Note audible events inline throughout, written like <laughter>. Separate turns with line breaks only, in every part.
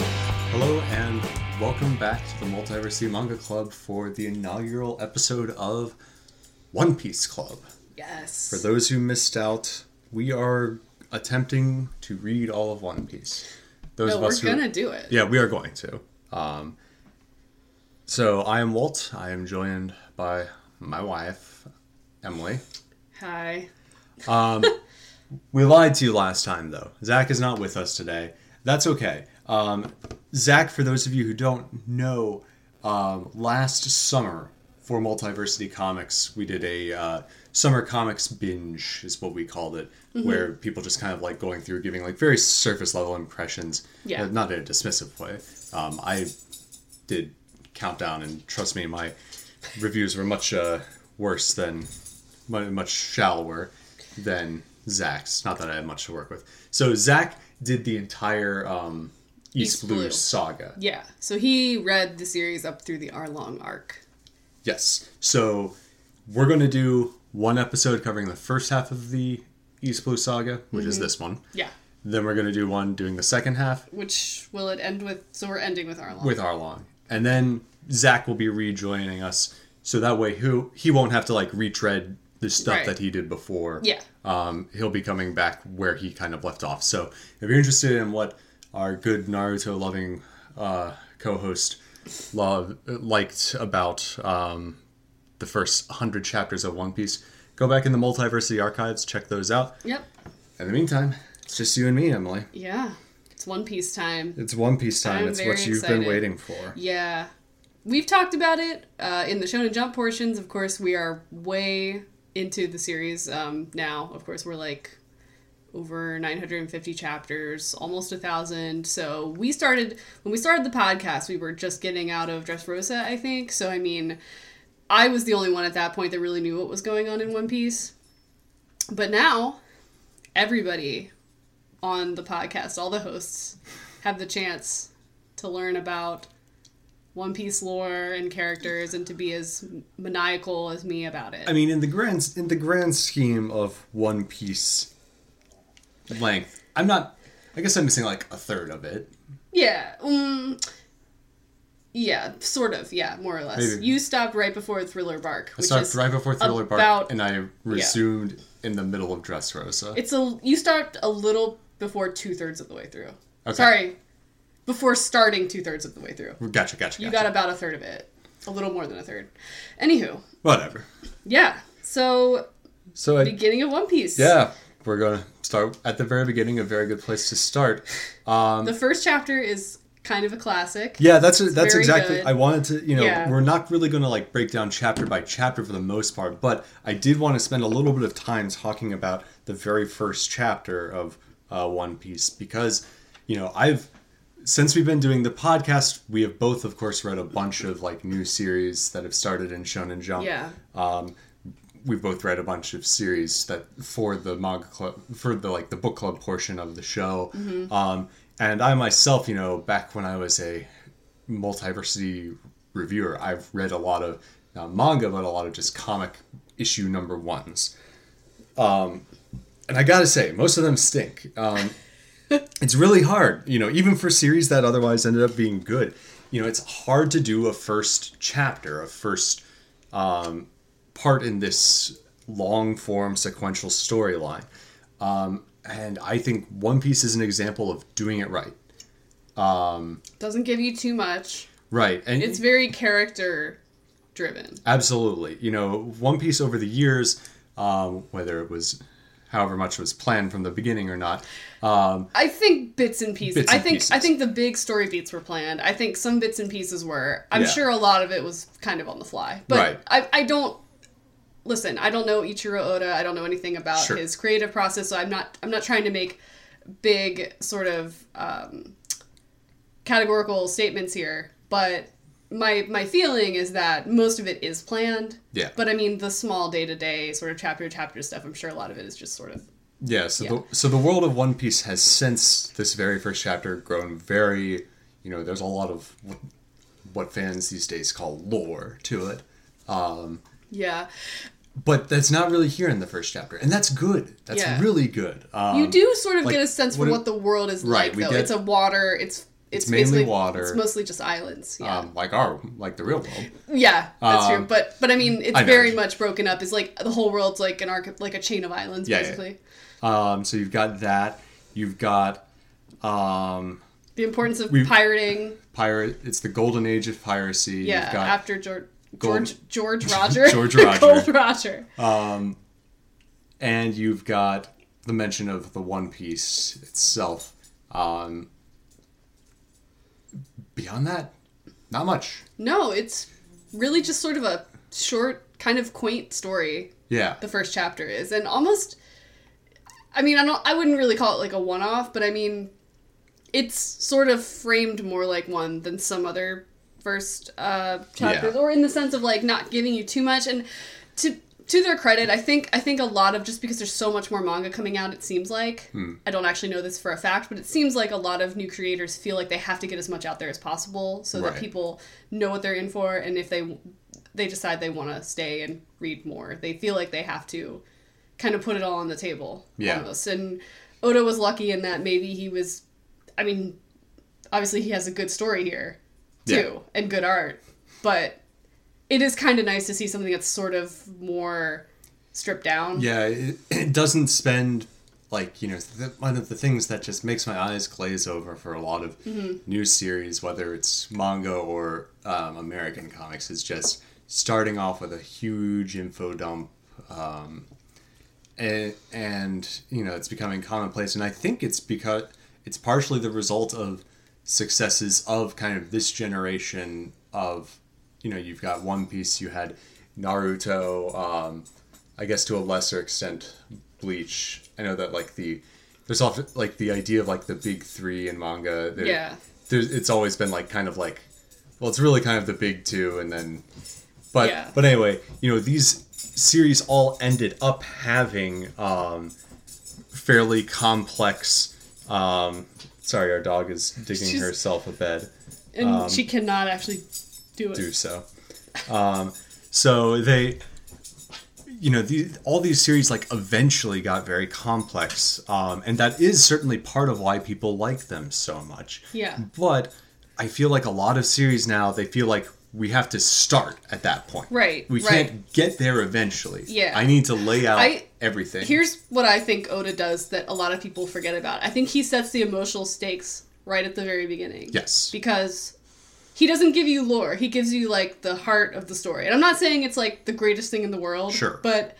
Hello and welcome back to the Multiversity Manga Club for the inaugural episode of One Piece Club.
Yes.
For those who missed out, we are attempting to read all of One Piece. Those
no,
of
we're
us who
gonna do it.
Yeah, we are going to. Um so I am Walt. I am joined by my wife, Emily.
Hi.
We lied to you last time, though. Zach is not with us today. That's okay. Um, Zach, for those of you who don't know, um, last summer for Multiversity Comics, we did a uh, summer comics binge, is what we called it, where people just kind of like going through, giving like very surface level impressions.
Yeah.
uh, Not in a dismissive way. Um, I did countdown, and trust me, my reviews were much uh, worse than mu- much shallower than Zach's. Not that I have much to work with. So Zach did the entire um, East,
East
Blue,
Blue.
saga.
Yeah. So he read the series up through the Arlong arc.
Yes. So we're going to do one episode covering the first half of the East Blue saga, which is this one.
Yeah.
Then we're going to do one doing the second half
Which will it end with? So we're ending with Arlong.
with Arlong, and then Zach will be rejoining us, so that way who he won't have to like retread the stuff
Right.
that he did before.
Yeah.
um, he'll be coming back where he kind of left off. So if you're interested in what our good Naruto loving uh, co-host love liked about um, the first hundred chapters of One Piece, go back in the Multiversity archives, check those out.
yep.
In the meantime, it's just you and me, Emily.
Yeah. It's One Piece time.
It's One Piece time.
I'm
it's
very
what you've
excited.
been waiting for.
Yeah. We've talked about it uh, in the Shonen Jump portions. Of course, we are way into the series um, now. Of course, we're like over 950 chapters, almost a thousand. So we started when we started the podcast, we were just getting out of Dressrosa, I think. So I mean, I was the only one at that point that really knew what was going on in One Piece. But now, everybody on the podcast, all the hosts, have the chance to learn about One Piece lore and characters, and to be as maniacal as me about it.
I mean, in the grand in the grand scheme of One Piece length, I'm not. I guess I'm missing like a third of it.
Yeah. Um, yeah, sort of. Yeah, more or less.
Maybe.
You stopped right before Thriller Bark, which
I stopped
is
right before Thriller Bark,
about-
and I resumed in the middle of Dressrosa.
it's a you stopped a little before two thirds of the way through.
Okay.
Sorry, before starting two thirds of the way through.
Gotcha, gotcha,
You
gotcha.
got about a third of it, a little more than a third. Anywho,
Whatever.
yeah. So
So I,
beginning of One Piece.
yeah, we're gonna start at the very beginning. A very good place to start.
The first chapter is kind of a classic.
Yeah, that's that's
very
exactly.
good.
I wanted to, you know,
Yeah.
we're not really going to like break down chapter by chapter for the most part, but I did want to spend a little bit of time talking about the very first chapter of uh, One Piece because, you know, I've since we've been doing the podcast, we have both, of course, read a bunch of like new series that have started in Shonen Jump
Yeah.
we've both read a bunch of series that for the manga club for the like the book club portion of the show um, and i myself you know back when i was a multiversity reviewer i've read a lot of not manga but a lot of just comic issue number ones um, and i gotta say most of them stink um, it's really hard you know even for series that otherwise ended up being good you know it's hard to do a first chapter a first part in this long form sequential storyline. Um, and I think One Piece is an example of doing it right.
Doesn't give you too much.
Right. And
It's very character driven.
Absolutely. You know, One Piece over the years, um, whether it was however much was planned from the beginning or not,
I think bits and pieces.
Bits and
I think I
pieces.
think the big story beats were planned. I think some bits and pieces were. I'm
Yeah.
sure a lot of it was kind of on the fly. But
Right.
I I don't listen, I don't know Ichiro Oda. I don't know anything about
Sure.
his creative process, so I'm not I'm not trying to make big sort of um, categorical statements here, but my my feeling is that most of it is planned.
Yeah.
But I mean the small day-to-day sort of chapter to chapter stuff, I'm sure a lot of it is just sort of
Yeah, so the so the world of One Piece has since this very first chapter grown very, you know, there's a lot of what- what fans these days call lore to it.
yeah.
But that's not really here in the first chapter, and that's good. That's
Yeah.
really good. Um,
You do sort of
like,
get a sense for
what it-
what the world is
Right,
like,
we
though.
get-
it's a water, it's
It's, mainly
basically-
water,
It's mostly just islands. Yeah.
um, like our like the real world.
Yeah, that's
Um,
true. But but I mean, it's
I know.
very much broken up. It's like the whole world's like an arc, like a chain of islands,
Yeah, yeah.
basically.
Um, so you've got that. You've got um,
The importance of
We-
pirating.
pirate. It's the golden age of piracy.
Yeah,
You've got
after George
Gold- <laughs>
George George Roger. <laughs>
George Roger.
Gold Roger.
and you've got the mention of the One Piece itself. Um, beyond that, not much.
No, it's really just sort of a short, kind of quaint story.
Yeah,
The first chapter is, and almost. I mean, I don't. I wouldn't really call it like a one-off, but I mean, it's sort of framed more like one than some other first uh, chapters,
Yeah.
or in the sense of like not giving you too much. And to to their credit, I think I think a lot of just because there's so much more manga coming out, it seems like
Hmm.
I don't actually know this for a fact, but it seems like a lot of new creators feel like they have to get as much out there as possible so
Right.
that people know what they're in for, and if they they decide they want to stay and read more, they feel like they have to kind of put it all on the table
Yeah.
almost. And Oda was lucky in that maybe he was, I mean, obviously he has a good story here too
Yeah.
and good art, but it is kind of nice to see something that's sort of more stripped down.
yeah. It, it doesn't spend like you know th- one of the things that just makes my eyes glaze over for a lot of new series, whether it's manga or um, American comics, is just starting off with a huge info dump and, and you know it's becoming commonplace and i think it's because it's partially the result of successes of kind of this generation of you know you've got one piece you had naruto um, i guess to a lesser extent bleach i know that like the there's often like the idea of like the big three in manga there-
Yeah.
there's, it's always been like kind of like well it's really kind of the big two and then but
Yeah.
but anyway you know these series all ended up having um fairly complex um sorry our dog is digging
She's-
herself a bed
And she cannot actually do it.
do so. Um, so they, you know, the, all these series like eventually got very complex, um, and that is certainly part of why people like them so much.
Yeah.
But I feel like a lot of series now they feel like we have to start at that point.
Right,
We
right.
can't get there eventually.
Yeah.
I need to lay out
I-
everything.
Here's what I think Oda does that a lot of people forget about. I think he sets the emotional stakes right at the very beginning.
Yes.
Because he doesn't give you lore, he gives you like the heart of the story. And I'm not saying it's like the greatest thing in the world.
Sure.
But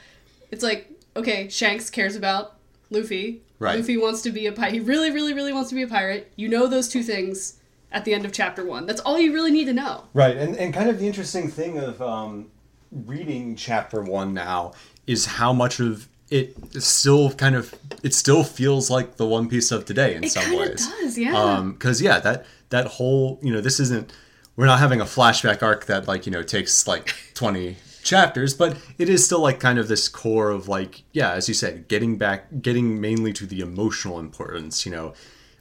it's like, okay, Shanks cares about Luffy.
Right.
Luffy wants to be a pirate. He really, really, really wants to be a pirate. You know those two things at the end of chapter one. That's all you really need to know.
Right, and, and kind of the interesting thing of um, reading chapter one now is how much of it is still kind of it still feels like the One Piece of today in
It
some
kinda
ways. Um,
does, yeah.
Because yeah, that that whole you know this isn't we're not having a flashback arc that like you know takes like twenty chapters, but it is still like kind of this core of like yeah, as you said, getting back getting mainly to the emotional importance. You know,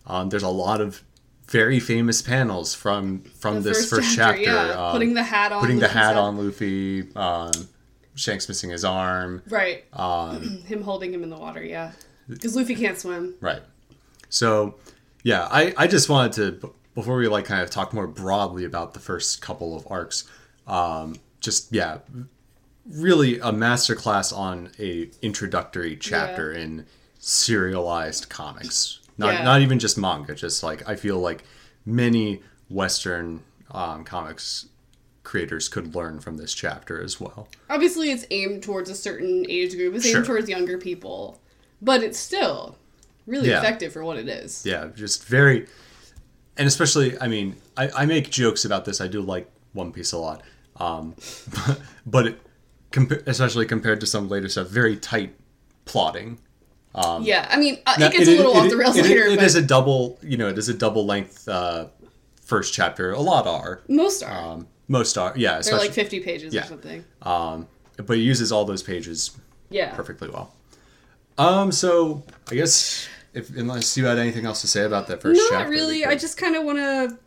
um, there's a lot of very famous panels from from
The
this first,
first
chapter,
chapter, yeah.
um,
Putting the hat on
putting the
Luffy's
hat
head.
on Luffy. Um, Shanks missing his arm.
Right.
Um,
<clears throat> him holding him in the water, yeah. Because Luffy can't swim.
Right. So, yeah, I, I just wanted to b- before we like kind of talk more broadly about the first couple of arcs, um, just yeah, really a masterclass on a introductory chapter in serialized comics. Not
Yeah.
not even just manga, just like I feel like many Western um, comics creators could learn from this chapter as well.
obviously it's aimed towards a certain age group it's aimed
Sure.
towards younger people but it's still really
Yeah.
effective for what it is
yeah just very and especially i mean i, I make jokes about this i do like one piece a lot um, <laughs> but, it, compa- especially compared to some later stuff very tight plotting
yeah, i mean uh,
Um, Now,
it gets a little
it-
off
it-
the rails
it-
later
it
but
is a double you know it is a double length uh, first chapter a lot are
most are
um, most are yeah
they're
especially
like 50 pages
yeah.
or something
but it uses all those pages
yeah
perfectly well um so i guess if unless you had anything else to say about that first
not
chapter we
really i
could-
just kind of want to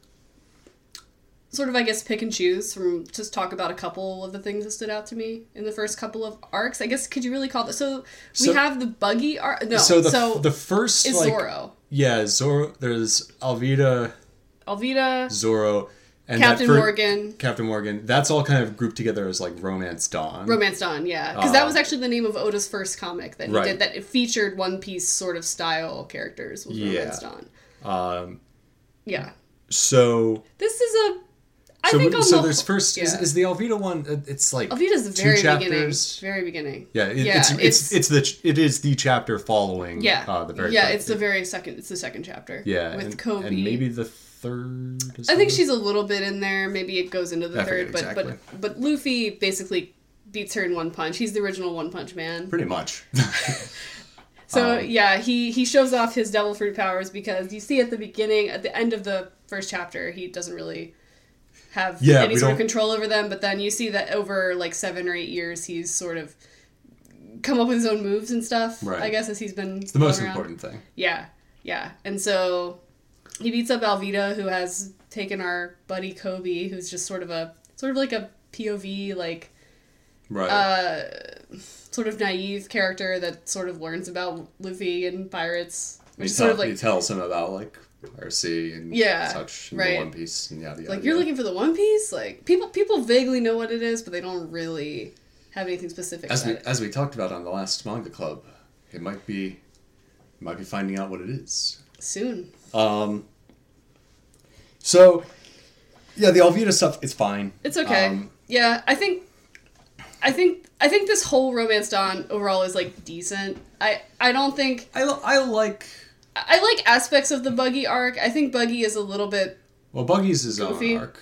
sort of i guess pick and choose from just talk about a couple of the things that stood out to me in the first couple of arcs i guess could you really call that so we
So-
have the buggy arc no
so the,
so
the first
is
like,
zoro
Yeah, Zoro. There's Alvida
Alvita,
Zorro, and that
Captain
fir-
Morgan.
Captain Morgan. That's all kind of grouped together as like Romance Dawn.
Romance Dawn, yeah, because that
Uh,
was actually the name of Oda's first comic that he
Right.
did that it featured One Piece sort of style characters with
Yeah.
Romance Dawn.
um,
Yeah,
so
this is a. I
so,
think on
so
the
there's first is,
yeah.
is the Alvita one. uh, It's like
Alvita's the
two
very beginning,
chapters.
very beginning.
Yeah, it,
yeah,
it's, it's it's the ch- it is the chapter following.
yeah,
uh, the very
yeah.
first-
It's the very second. It's the second chapter.
yeah
with
and,
Kobe.
and maybe the third. is
I think
the-
she's a little bit in there. Maybe it goes into the
I forget
third, but
exactly.
but but Luffy basically beats her in one punch. He's the original One Punch Man.
pretty much. <laughs>
So yeah, he he shows off his devil fruit powers because you see at the beginning, at the end of the first chapter, he doesn't really have
Yeah,
any
we
sort of
don't-
control over them. But then you see that over like seven or eight years, he's sort of come up with his own moves and stuff.
Right.
I guess as he's been
the most
going around.
important thing.
Yeah, yeah. And so he beats up Alvita, who has taken our buddy Kobe, who's just sort of a sort of like a POV like
Right.
uh, sort of naive character that sort of learns about Luffy and pirates,
you,
which is
tell,
sort of
you
like
tell some about like piracy and
Yeah,
such, and
right.
the One Piece, and yada yada.
like you're
yada.
looking for the One Piece. Like people people vaguely know what it is, but they don't really have anything specific
as uh,
about
we
it.
as we talked about on the last manga club. It might be, might be finding out what it is.
Soon,
Um. So, yeah, the Alvita stuff is fine.
it's okay.
Um,
yeah, I think. I think I think this whole romance Dawn overall is like decent. I I don't think
I li- I like.
I like aspects of the Buggy arc. I think Buggy is a little bit.
Well, Buggy's his own
Goofy.
arc.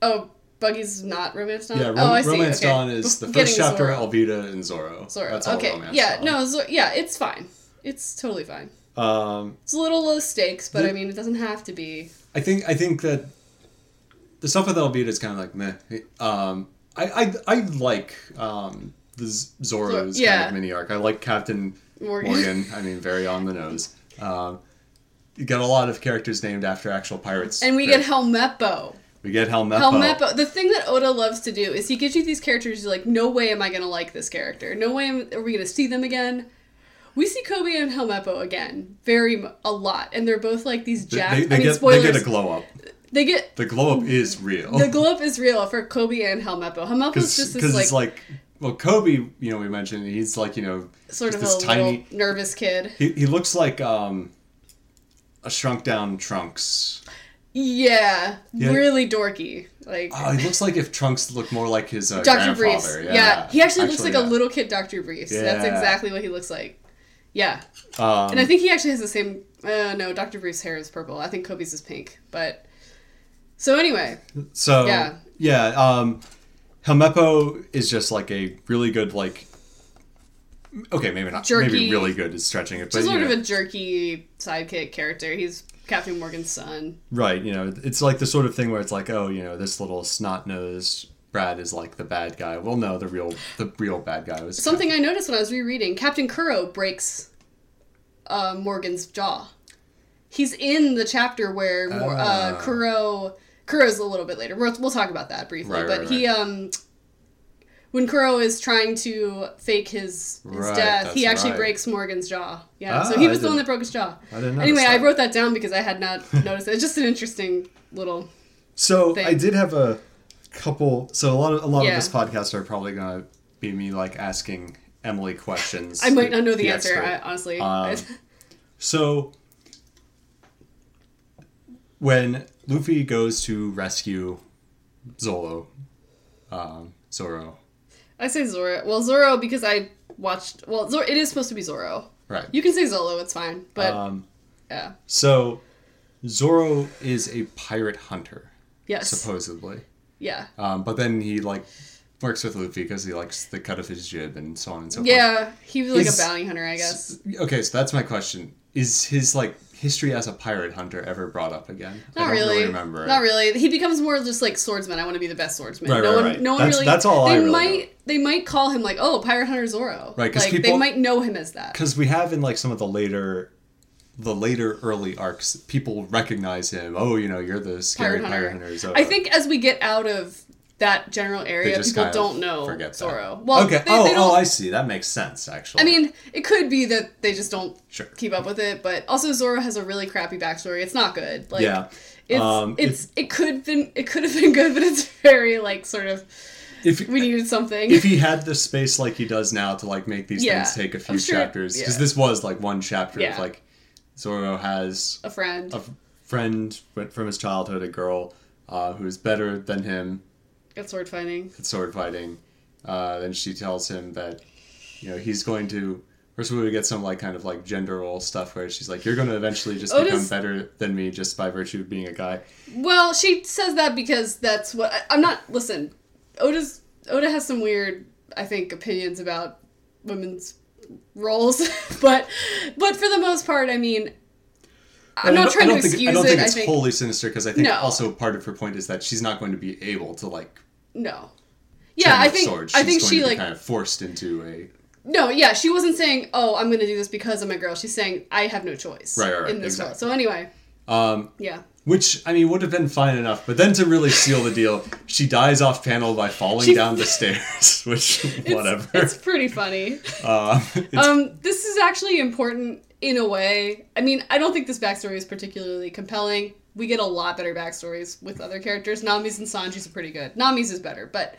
Oh, Buggy's not Romance Dawn.
Yeah, Rom-
oh, I see.
Romance
okay.
Dawn is the
Getting
first chapter,
Zoro.
Alvita and Zoro.
Zoro.
That's all
okay.
Romance
yeah.
Dawn.
No. Zoro, yeah. It's fine. It's totally fine.
Um,
It's a little low stakes, but
The-
I mean, it doesn't have to be.
I think I think that the stuff with Albedo is kind of like meh. Um, I I, I like um, the Z- Zorro's kind
yeah.
of mini arc. I like Captain
Morgan.
Morgan. I mean, very on the nose. Um, you get a lot of characters named after actual pirates.
And we
Great.
get Helmeppo.
we get Helmeppo.
Helmeppo. The thing that Oda loves to do is he gives you these characters. You're like, no way am I gonna like this character. No way am, are we gonna see them again. We see Kobe and Helmeppo again, very mu- a lot, and they're both like these
They,
jacked.
they- they
I mean,
get
spoilers.
they get a glow up.
they get
The glow up is real.
the glow up is real for Kobe and Helmeppo. Helmeppo's just this
because
like,
it's like well, Kobe. You know, we mentioned he's like you know
sort
just
of
this
a
tiny.
little nervous kid.
He, he looks like um, a shrunk down Trunks.
Yeah,
Yeah.
really dorky. Like
Oh, he looks like if Trunks looked more like his uh,
Doctor
grandfather.
Briefs. Yeah.
Yeah.
he actually, looks like
yeah.
a little kid Doctor Briefs. That's
Yeah.
exactly what he looks like. Yeah,
Um,
and I think he actually has the same. Uh, no, Doctor Briefs' hair is purple. I think Kobe's is pink. But so anyway,
so
yeah.
yeah, um, Helmeppo is just like a really good like. Okay, maybe not.
Jerky.
Maybe really good is stretching it, but
just
you
sort of
know,
a jerky sidekick character. He's Captain Morgan's son.
right. You know, it's like the sort of thing where it's like, oh, you know, this little snot nosed Brad is like the bad guy. Well, no, the real the real bad guy was
Something I noticed when I was rereading Captain Kuro breaks uh, Morgan's jaw. He's in the chapter where Mor- uh,
Ah.
Kuro Kuro's a little bit later. We'll, we'll talk about that briefly,
Right,
but
right,
he um when Kuro is trying to fake his, his
Right,
death, he
that's
actually
right.
breaks Morgan's jaw. Yeah, so
Ah,
he
I
was the one that
didn't-
broke his jaw.
I didn't notice
Anyway, I
that.
wrote that down because I had
<laughs>
not noticed it. It's just an interesting little.
So
thing.
I did have a couple. So a lot of a lot
Yeah.
of this podcast are probably gonna be me like asking Emily questions.
I might not know the, answer. I,
expert.
honestly,
Um,
<laughs>
so when Luffy goes to rescue Zolo, um, Zoro,
I say Zoro. Well, Zoro because I watched. Well, Zoro. It is supposed to be Zoro.
right?
You can say Zolo. It's fine. But
um,
yeah,
so Zoro is a pirate hunter,
yes,
supposedly.
yeah,
Um, but then he like works with Luffy because he likes the cut of his jib and so on and so forth.
yeah. He was like
Is-
a bounty hunter, I guess.
Okay, so that's my question. Is his like history as a pirate hunter ever brought up again? I
Not
don't
really.
remember. it.
Not really. He becomes more just like swordsman. I want to be the best swordsman.
Right,
no
right,
one.
right.
No one
That's-
really.
that's all
They
I really
might.
know.
They might call him like, oh, pirate hunter Zoro.
Right, 'cause
Like they
people-
might know him as that.
Cuz we have in like some of the later the later early arcs people recognize him. Oh, you know, you're the scary
Pirate
pirate,
hunter.
hunter. Zoro.
I think as we get out of that general
They
area,
just
people
kind of
don't know
forget that.
Zoro. Well,
okay.
They,
oh,
they don't,
oh, I see. That makes sense actually.
I mean, it could be that they just don't
Sure.
keep up with it, but also Zoro has a really crappy backstory. It's not good. Like,
Yeah.
It's
Um,
it's it could been it could have been good, but it's <laughs> very like sort of
If
we needed something.
<laughs> if he had the space like he does now to like make these
Yeah,
things take a few
I'm sure-
chapters, because
yeah.
this was like one chapter of
Yeah.
like Zoro has
<laughs> a friend.
a friend with- from his childhood, a girl uh, who is better than him
At sword fighting.
at sword fighting. Uh, then she tells him that you know he's going to. First, we would get some like kind of like gender role stuff where she's like, "You're going to eventually just
Otis-
become better than me just by virtue of being a guy."
Well, she says that because that's what I, I'm not. Listen, Oda's Oda has some weird, I think, opinions about women's roles, <laughs> but but for the most part, I mean, I'm
I
not
don't-
trying
I
to
don't think-
excuse
I don't
it.
think it's
I think
wholly sinister because I think
No.
also part of her point is that she's not going to be able to like.
no. Yeah, I
with
think
swords.
I
She's
think
going
she
to be
like
kind of forced into a
no, yeah, she wasn't saying, "Oh, I'm going to do this because I'm a girl." She's saying, "I have no choice
Right, right, right,
in this
exactly.
world." So anyway,
um,
yeah,
which I mean would have been fine enough, but then to really seal the deal, she dies off panel by falling
She-
down the stairs, <laughs> which
It's-
whatever.
It's
<laughs>
pretty funny.
um, it's-
um, this is actually important in a way. I mean, I don't think this backstory is particularly compelling. We get a lot better backstories with other characters. Nami's and Sanji's are pretty good. Nami's is better, but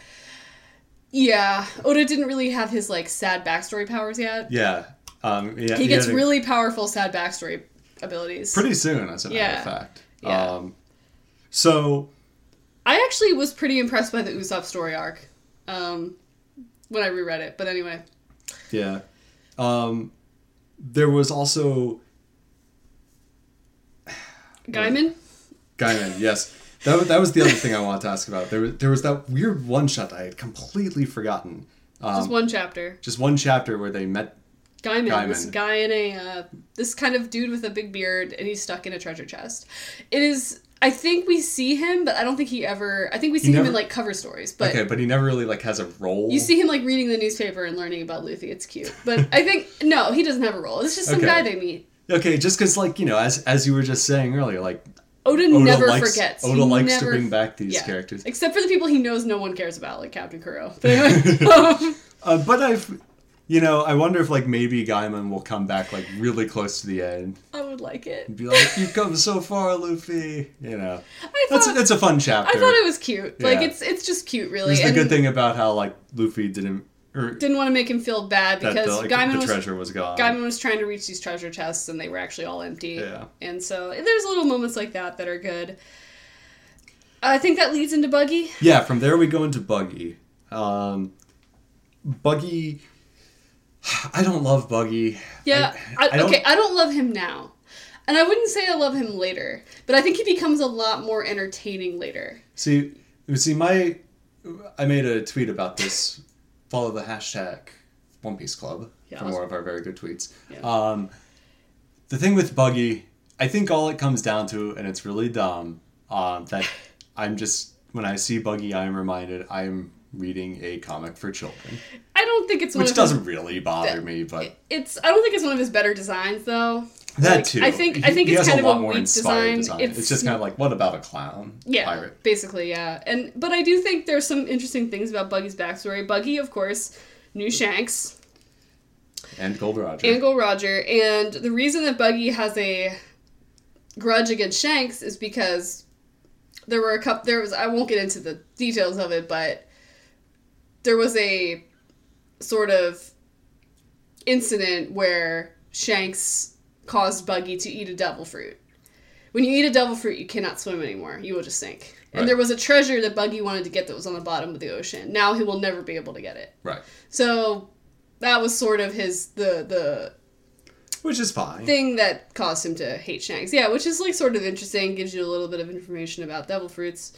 yeah, Oda didn't really have his like sad backstory powers yet.
yeah, um, yeah,
he gets
had a-
really powerful sad backstory abilities.
pretty soon, as a matter
Yeah.
of fact.
Yeah.
Um, so
I actually was pretty impressed by the Usopp story arc um, when I reread it. But anyway,
Yeah. Um, there was also Um,
Gaiman.
Gaiman. Yes, that was, that was the other thing I wanted to ask about. There was there was that weird one shot I had completely forgotten. Um,
Just
just, one,
one chapter.
chapter where they met.
Gaiman, this
Gaiman.
guy in a uh, this kind of dude with a big beard, and he's stuck in a treasure chest. It is. I think we see him, but I don't think he ever. I think we see him
never-
in like cover stories, but
okay, but he never really like has a role.
you see him like reading the newspaper and learning about Luffy. It's cute, but I think no, he doesn't have a role. It's just some
Okay.
guy they meet.
Okay, just because like you know, as as you were just saying earlier, like
Oda,
Oda
never
likes
forgets.
Oda
He
likes
never-
to bring back these
yeah.
characters.
except for the people he knows. No one cares about, like
<laughs>
Captain Kuro. But <laughs> anyway,
Uh, but I've. You know, I wonder if like maybe Gaiman will come back like really close to the end
I would like it.
and be like, "You've come so far, Luffy." You know,
I
that's a,
thought
that's a fun chapter.
I thought it was cute. Like
Yeah.
it's it's just cute, really.
It's the
and
good thing about how like Luffy didn't or
Didn't want to make him feel bad
that
because
the, like,
Gaiman
the
was
treasure was gone.
Gaiman was trying to reach these treasure chests and they were actually all empty.
Yeah.
And so there's little moments like that that are good. I think that leads into Buggy.
Yeah, from there we go into Buggy. Um, Buggy, I don't love Buggy.
Yeah.
I,
I,
I don't,
okay, I don't love him now. And I wouldn't say I love him later, but I think he becomes a lot more entertaining later.
See, see, my I made a tweet about this. Follow the hashtag One Piece Club
Yeah.
for more of our very good tweets.
Yeah.
Um, the thing with Buggy, I think all it comes down to, and it's really dumb, um, that
<laughs>
I'm just when I see Buggy, I'm reminded I'm reading a comic for children,
I don't think it's one
which
of
doesn't really bother me, but
his, it's I don't think it's one of his better designs though.
that
Like,
too.
I think I
He-
think
he has
it's kind
a
of
lot
a
more
weak
inspired
design.
design. It's, just kind of like, what about a clown
Yeah,
pirate?
basically, yeah. And but I do think there's some interesting things about Buggy's backstory. Buggy, of course, knew Shanks,
And Gold Roger.
Angle Roger, and the reason that Buggy has a grudge against Shanks is because there were a couple. There was I won't get into the details of it, but there was a sort of incident where Shanks caused Buggy to eat a devil fruit. When you eat a devil fruit, you cannot swim anymore. You will just sink.
Right.
And there was a treasure that Buggy wanted to get that was on the bottom of the ocean. Now he will never be able to get it.
right.
So that was sort of his the the
Which is fine.
thing that caused him to hate Shanks. Yeah, which is like sort of interesting, gives you a little bit of information about devil fruits.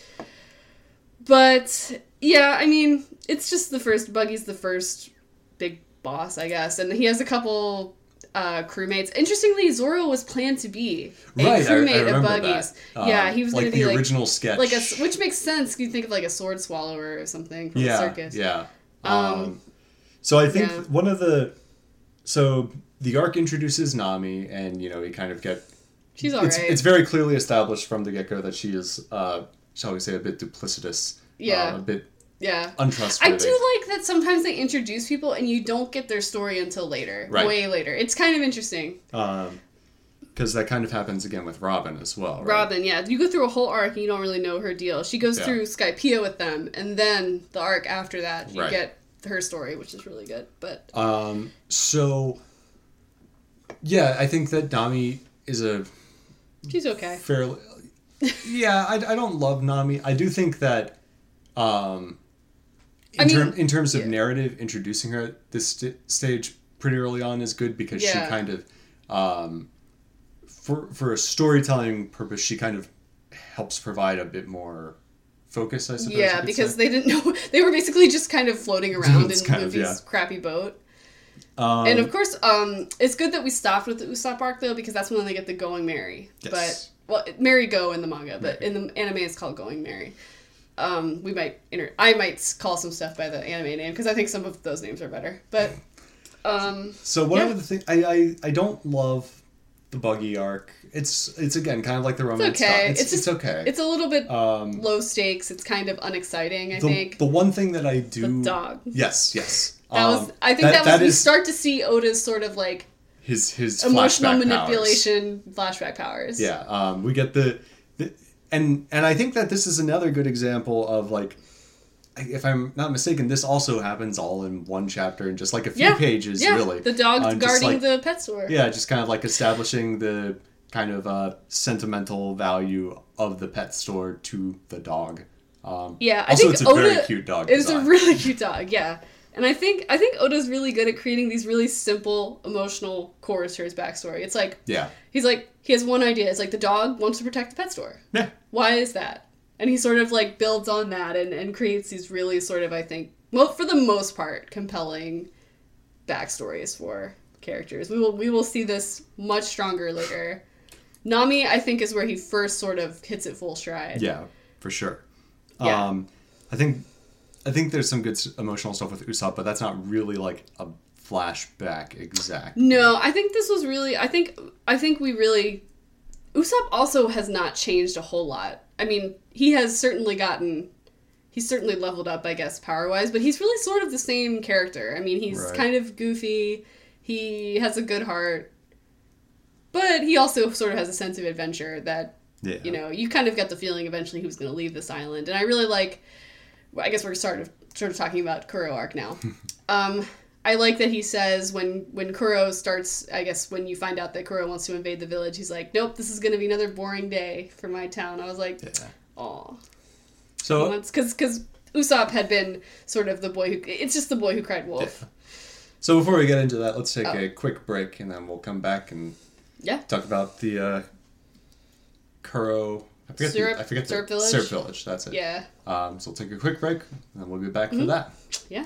But yeah, I mean, it's just the first Buggy's the first big boss, I guess, and he has a couple uh, crewmates. Interestingly, Zoro was planned to be a
right, I- I,
crewmate of
remember
Buggy's.
that.
yeah,
Um,
he was
like
going to
the
be like
original sketch.
like a s- which makes sense. You think of like a sword swallower or something from
yeah,
the circus.
Yeah. Um,
Um,
so I think
yeah.
one of the so the arc introduces Nami, and you know we kind of get
She's alright.
it's, it's very clearly established from the get go that she is, uh, shall we say, a bit duplicitous.
Yeah.
uh, a bit
yeah.
untrustworthy.
I do like that sometimes they introduce people and you don't get their story until later,
Right.
way later. It's kind of interesting.
Um, because that kind of happens again with Robin as well. Right?
Robin, yeah. You go through a whole arc and you don't really know her deal. She goes
Yeah.
through Skypea with them, and then the arc after that, you
Right.
get her story, which is really good. But
Um, so, yeah, I think that Nami is a
she's okay.
fairly. Yeah, I, I don't love Nami. I do think that, um, in,
I mean,
term, in terms of
yeah.
narrative, introducing her at this st- stage pretty early on is good because
Yeah.
she kind of, um, for for a storytelling purpose, she kind of helps provide a bit more focus, I suppose. you
Yeah,
could
because
say.
they didn't know. <laughs> They were basically just kind of floating around in
It's kind of,
Luffy's
yeah.
crappy boat.
um,
and of course, um, it's good that we stopped with the Usopp arc though, because that's when they get the Going Mary.
Yes.
But well, Mary Go in the manga, but in the anime, it's called Going Mary. Um, we might inter- I might s- call some stuff by the anime name because I think some of those names are better. But um,
So one
Yeah.
of the things I, I I don't love the buggy arc. It's it's again kind of like the romance.
okay.
style. It's,
It's
it's,
just-
okay.
it's a little bit
um,
low stakes. It's kind of unexciting. I
the,
think
the one thing that I do.
the dog.
Yes, yes.
That
Um,
was. I think that, was.
that
we
is
start to see Oda's sort of like
his his
emotional
flashback powers.
manipulation flashback powers.
Yeah, um, we get the, the and and I think that this is another good example of like. If I'm not mistaken, this also happens all in one chapter in just like a few
Yeah,
pages,
yeah.
really.
The dog
Um, just,
guarding
like,
the pet store.
Yeah, just kind of like establishing the kind of uh, sentimental value of the pet store to the dog. Um,
Yeah, I
also,
think
it's a
Oda
very cute dog.
It's a
design. <laughs>
really cute dog, yeah. And I think I think Oda's really good at creating these really simple emotional cores to his backstory. It's like
yeah,
he's like he has one idea. It's like the dog wants to protect the pet store.
yeah,
Why is that? And he sort of like builds on that and, and creates these really sort of I think well for the most part compelling backstories for characters. We will we will see this much stronger later. Nami I think is where he first sort of hits it full stride.
yeah, for sure.
Yeah.
Um, I think I think there's some good s- emotional stuff with Usopp, but that's not really like a flashback exact.
No, I think this was really. I think I think we really. Usopp also has not changed a whole lot. I mean, he has certainly gotten. He's certainly leveled up, I guess, power wise, but he's really sort of the same character. I mean, he's
Right.
kind of goofy. He has a good heart, but he also sort of has a sense of adventure that
Yeah,
you know you kind of got the feeling eventually he was going to leave this island. And I really like. well, I guess we're sort of sort of talking about Kuro
<laughs>
arc now. Um, I like that he says when when Kuro starts, I guess when you find out that Kuro wants to invade the village, he's like, "Nope, this is gonna be another boring day for my town." I was like,
Yeah.
"Aw,"
So
because because Usopp had been sort of the boy who it's just the boy who cried wolf.
so before we get into that, let's
Oh.
take a quick break and then we'll come back and
Yeah,
talk about the uh, Kuro. I forget
Syrup-
the, I forget
Syrup
the
Village?
Syrup Village. That's it.
yeah, Mm-hmm.
Um, so we'll take a quick break, and then we'll be back for that.
yeah.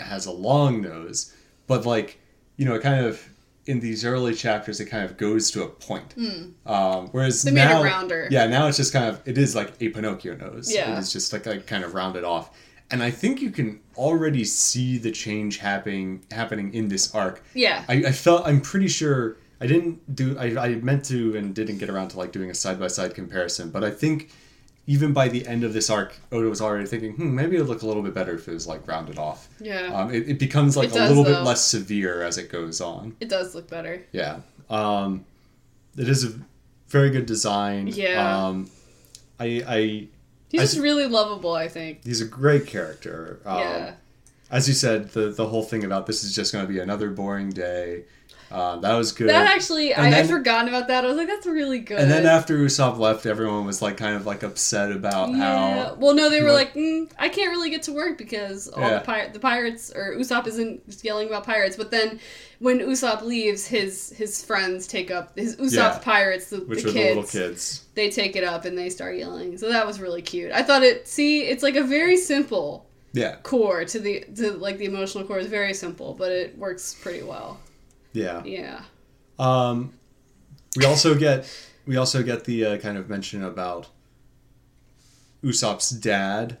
has a long nose, but like you know, it kind of in these early chapters, it kind of goes to a point. Um, whereas
Hmm. They made it
now,
rounder.
yeah, now it's just kind of it is like a Pinocchio nose.
Yeah.
it is just like, like kind of rounded off, and I think you can already see the change happening happening in this arc.
Yeah.
I, I felt I'm pretty sure I didn't do I, I meant to and didn't get around to like doing a side by side comparison, but I think even by the end of this arc, Oda was already thinking, hmm, maybe it'd look a little bit better if it was like rounded off.
Yeah.
Um, it, it becomes like
It
a
does,
little bit
though.
less severe as it goes on.
it does look better.
Yeah. Um, it is a very good design.
Yeah.
Um, I, I
He's
I
just
see-
really lovable, I think.
he's a great character. Um,
yeah.
As you said, the the whole thing about this is just going to be another boring day. Uh, that was good.
That actually,
and
I,
then-
I'd forgotten about that. I was like, that's really good.
And then after Usopp left, everyone was like kind of like upset about
yeah.
how.
Well, no, they were
Well-
like, mm, I can't really get to work because all
Yeah.
the, pir- the pirates or Usopp isn't yelling about pirates. But then, when Usopp leaves, his his friends take up his Usopp's
Yeah.
pirates, the,
Which
the
were
kids,
the little kids.
they take it up and they start yelling. So that was really cute. I thought it. See, it's like a very simple
Yeah,
core to the to like the emotional core is very simple, but it works pretty well.
yeah.
Yeah.
Um, we also get we also get the uh, kind of mention about Usopp's dad,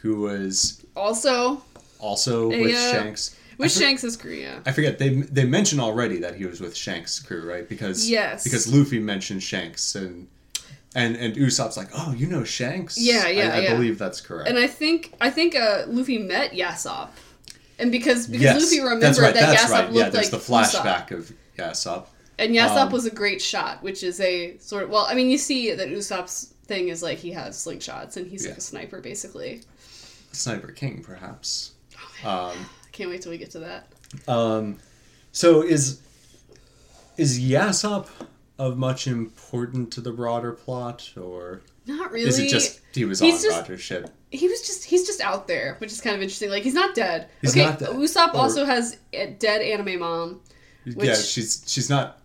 who was
Also,
also with
Yeah.
Shanks.
with
I for-
Shanks is Korea.
I forget they they mention already that he was with Shanks' crew, right? Because
Yes.
because Luffy mentioned Shanks and and and Usopp's like, oh, you know Shanks?
Yeah, yeah,
I, I
yeah.
believe that's correct.
And I think I think uh, Luffy met Yasop, and because because
yes,
Luffy remembered
that's right,
that
that's
Yasop
right.
looked
yeah, there's
like
the
Usopp.
flashback of Yasop.
And Yasop
Um,
was a great shot, which is a sort of well, I mean, you see that Usopp's thing is like he has slingshots and he's like
Yeah.
a sniper basically.
Sniper King, perhaps.
I can't wait till we get to that.
So is is Yasop of much important to the broader plot, or
Not really.
is it just he was
He's
on
just-
Roger's ship?
he was just he's just out there, which is kind of interesting. Like he's not dead.
He's
okay,
not dead.
Usopp
Or-
also has a dead anime mom. Which,
yeah, she's she's not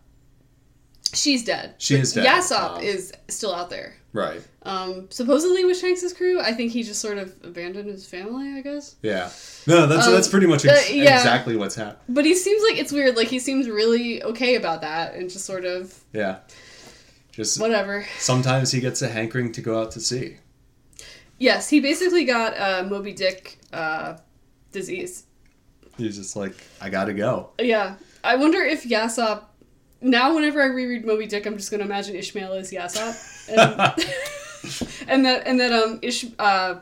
she's dead.
She
But
is dead,
Yasop
um,
is still out there.
right.
Um, supposedly with Shanks' crew, I think he just sort of abandoned his family, I guess.
Yeah, no, that's that's pretty much
uh,
ex-
yeah.
exactly what's happened.
But he seems like it's weird. Like he seems really okay about that and just sort of
Yeah, just
whatever.
sometimes he gets a hankering to go out to sea.
Yes, he basically got uh, Moby Dick uh, disease.
He's just like, I gotta go.
Yeah, I wonder if Yasop. Now, whenever I reread Moby Dick, I'm just going to imagine Ishmael as Yasop, and, and that and that um Ish uh,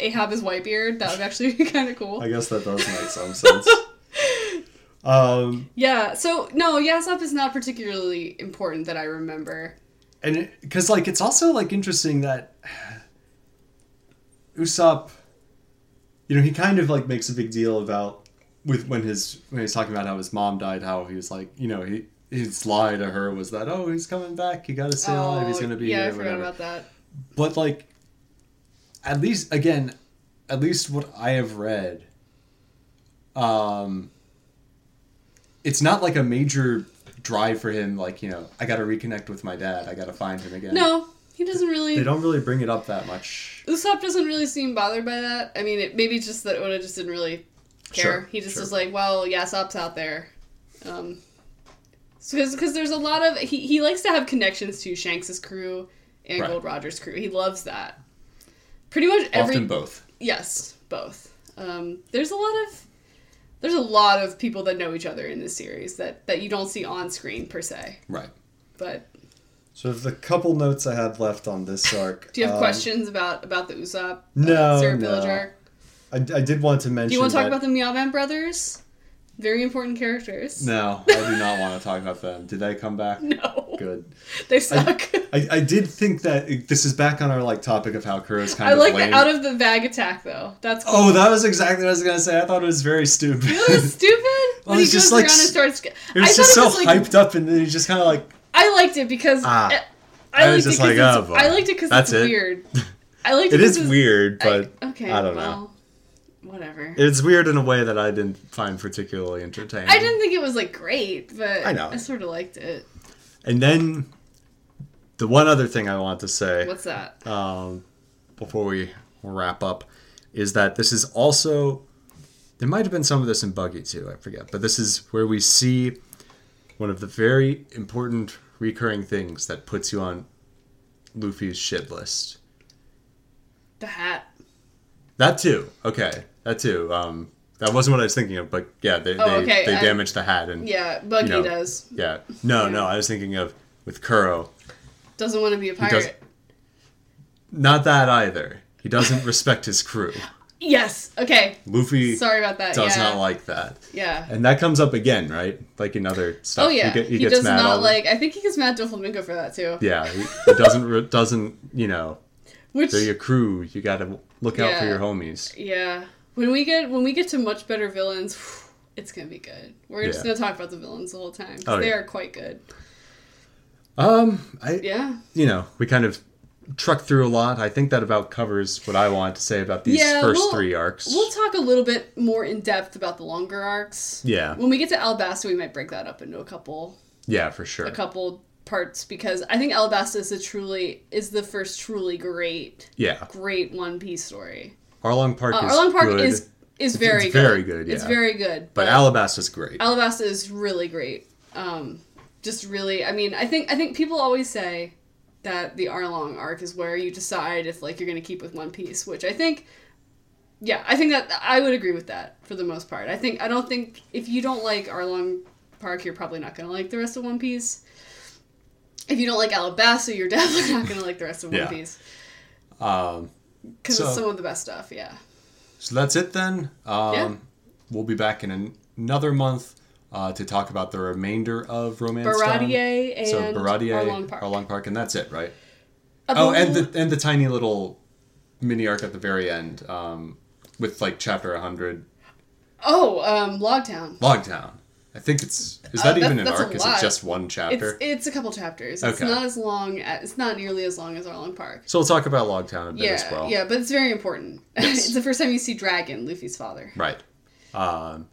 Ahab is Whitebeard. That would actually be kind of cool.
I guess that does make
<laughs>
some sense. Um,
Yeah. So no, Yasop is not particularly important that I remember.
and because like it's also like interesting that <sighs> Usopp, you know, he kind of like makes a big deal about with when his when he's talking about how his mom died, how he was like, you know, he his lie to her was that oh he's coming back, he gotta stay alive, he's gonna be
Oh, yeah,
here,
I forgot
whatever.
about that.
but like at least again at least what i have read um it's not like a major drive for him like you know i gotta reconnect with my dad i gotta find him again
No, he doesn't really.
they don't really bring it up that much
Usopp doesn't really seem bothered by that. I mean, it maybe it's just that Oda just didn't really care.
Sure,
he just
sure.
was like, "Well, Yasop's out there," um, because there's a lot of he he likes to have connections to Shanks's crew and
Right.
Gold Roger's crew. He loves that. Pretty much every
often both
yes, both. Um, there's a lot of there's a lot of people that know each other in this series that that you don't see on screen per se,
right
but.
so the couple notes i had left on this arc um,
Do you have questions about about the Usopp? uh,
no,
Sarah
no.
Pillager?
I, I did want to mention
Do you want to talk about the Miyavan brothers? Very important characters.
no i do not want to talk about them did they come back
<laughs> No.
good <laughs>
They suck. I,
I, I did think that uh, this is back on our like topic of how Kuro's kind of
like
lame.
the out of the bag attack though. That's cool. <laughs>
oh, that was exactly what I was gonna say. I thought it was very stupid.
That was stupid. when he
it's just
goes
like
around and
s-
starts.
<laughs> it was
I
just so
thought it was like
hyped up, and then he just kind of like
I liked it because
Ah.
I, I
I was
liked
just
it 'cause
like,
it's-
oh, boy.
I liked it because
That's
it's
it. <laughs>
weird. I liked it.
it
'cause
is
it's-
weird,
I-
but
okay,
I don't know.
well, Whatever.
It's weird in a way that I didn't find particularly entertaining.
I didn't think it was like great, but
I know.
I sort of liked it.
And then the one other thing I want to say
What's that?
um, before we wrap up is that this is also there might have been some of this in Buggy too, I forget, but this is where we see one of the very important recurring things that puts you on Luffy's shit list.
the hat.
That too. Okay, that too. Um, that wasn't what I was thinking of, but yeah, they
Oh,
they,
okay,
they
I-
damaged the hat and
Yeah, Buggy
You know.
does.
yeah. No, no, I was thinking of with Kuro.
Doesn't want to be a pirate.
does- Not that either. He
<laughs>
doesn't respect his crew.
Yes. Okay.
Luffy
Sorry about that.
does
yeah.
not like that.
Yeah.
And that comes up again, right? Like in other stuff.
Oh yeah,
he,
he,
get- he gets
does
mad. all
not
the-
like. I think he gets mad Doflamingo for that too.
Yeah, he, he doesn't re- doesn't you know?
Which
They're your crew. You got to look out for
Yeah.
your homies.
yeah, when we get when we get to much better villains, <sighs> it's gonna be good. We're just
Yeah.
gonna talk about the villains the whole time. 'cause
Oh,
they
yeah.
are quite good.
Um, I
Yeah,
you know we kind of trucked through a lot. I think that about covers what I wanted to say about these
Yeah,
1st
we'll-
three arcs.
we'll talk a little bit more in depth about the longer arcs.
Yeah.
when we get to Alabasta, we might break that up into a couple
yeah, for sure.
a couple parts because I think Alabasta is a truly is the first truly great
Yeah,
great One Piece story.
Arlong Park
Uh,
is
Arlong Park
good,
is is very
it's
good.
very good,
It's
yeah.
very good,
but Alabasta's great.
Alabasta is really great. Um, just really, I mean, I think I think people always say that the Arlong arc is where you decide if like you're going to keep with One Piece, which I think yeah, I think that I would agree with that for the most part. I think I don't think if you don't like Arlong Park, you're probably not going to like the rest of One Piece. If you don't like Alabasta, you're <laughs> definitely not going to like the rest of One
Yeah.
Piece
Um,
because
So-
it's some of the best stuff. Yeah.
so that's it then. Um,
Yeah.
We'll be back in an- another month uh, to talk about the remainder of Romance
Baradier
Stone. so
and
Baradier,
Arlong Park.
Park, and that's it, right? Oh, and the and the tiny little mini arc at the very end um, with like chapter 100
oh, um, Logtown.
Logtown. I think it's is that
Uh, that-
even an
that's a
arc? Is it
lot.
just one
It's
chapter?
it's a couple chapters. It's
Okay.
not as long. As, it's not nearly as long as Arlong Park.
so we'll talk about Logtown a bit
Yeah,
as well.
yeah, but it's very important. <laughs>
Yes.
it's the first time you see Dragon, Luffy's father.
Right. Um,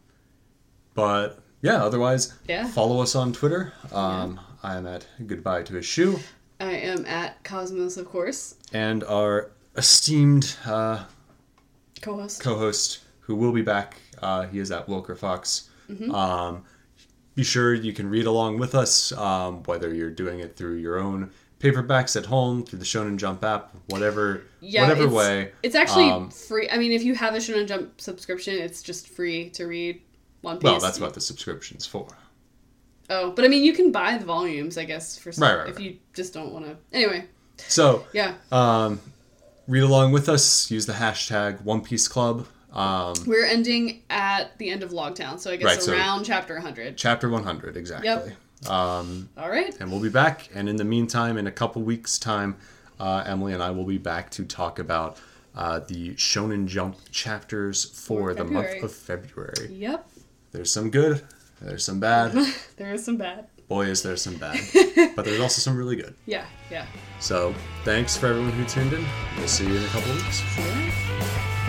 but yeah, otherwise,
Yeah.
follow us on Twitter. Um, I am at goodbye to a shoe,
I am at Cosmos, of course,
and our esteemed uh,
co-host.
co-host who will be back. Uh, he is at Wilker Fox.
Mm-hmm.
Um, be sure you can read along with us, um, whether you're doing it through your own paperbacks at home, through the Shonen Jump app, whatever, whatever
it's,
way.
It's actually
um,
free. I mean, if you have a Shonen Jump subscription, it's just free to read One Piece.
well, that's what the subscription's for.
Oh, but I mean, you can buy the volumes, I guess, for some,
Right, right, right.
if
Um,
you just don't want to. Anyway,
So
yeah,
read along with us. Use the hashtag One Piece Club. Um,
we're ending at the end of Logtown, so I guess
Right, so-
around chapter 100.
chapter 100 exactly
Yep. All right.
and we'll be back and in the meantime in a couple weeks time uh, emily and i will be back to talk about uh, the shonen jump chapters for,
For
the month
February.
of february
Yep.
there's some good there's some bad
<laughs> There is some bad.
boy is there some
<laughs>
bad but there's also some really good
Yeah. Yeah.
so thanks for everyone who tuned in we'll see you in a couple weeks
All right.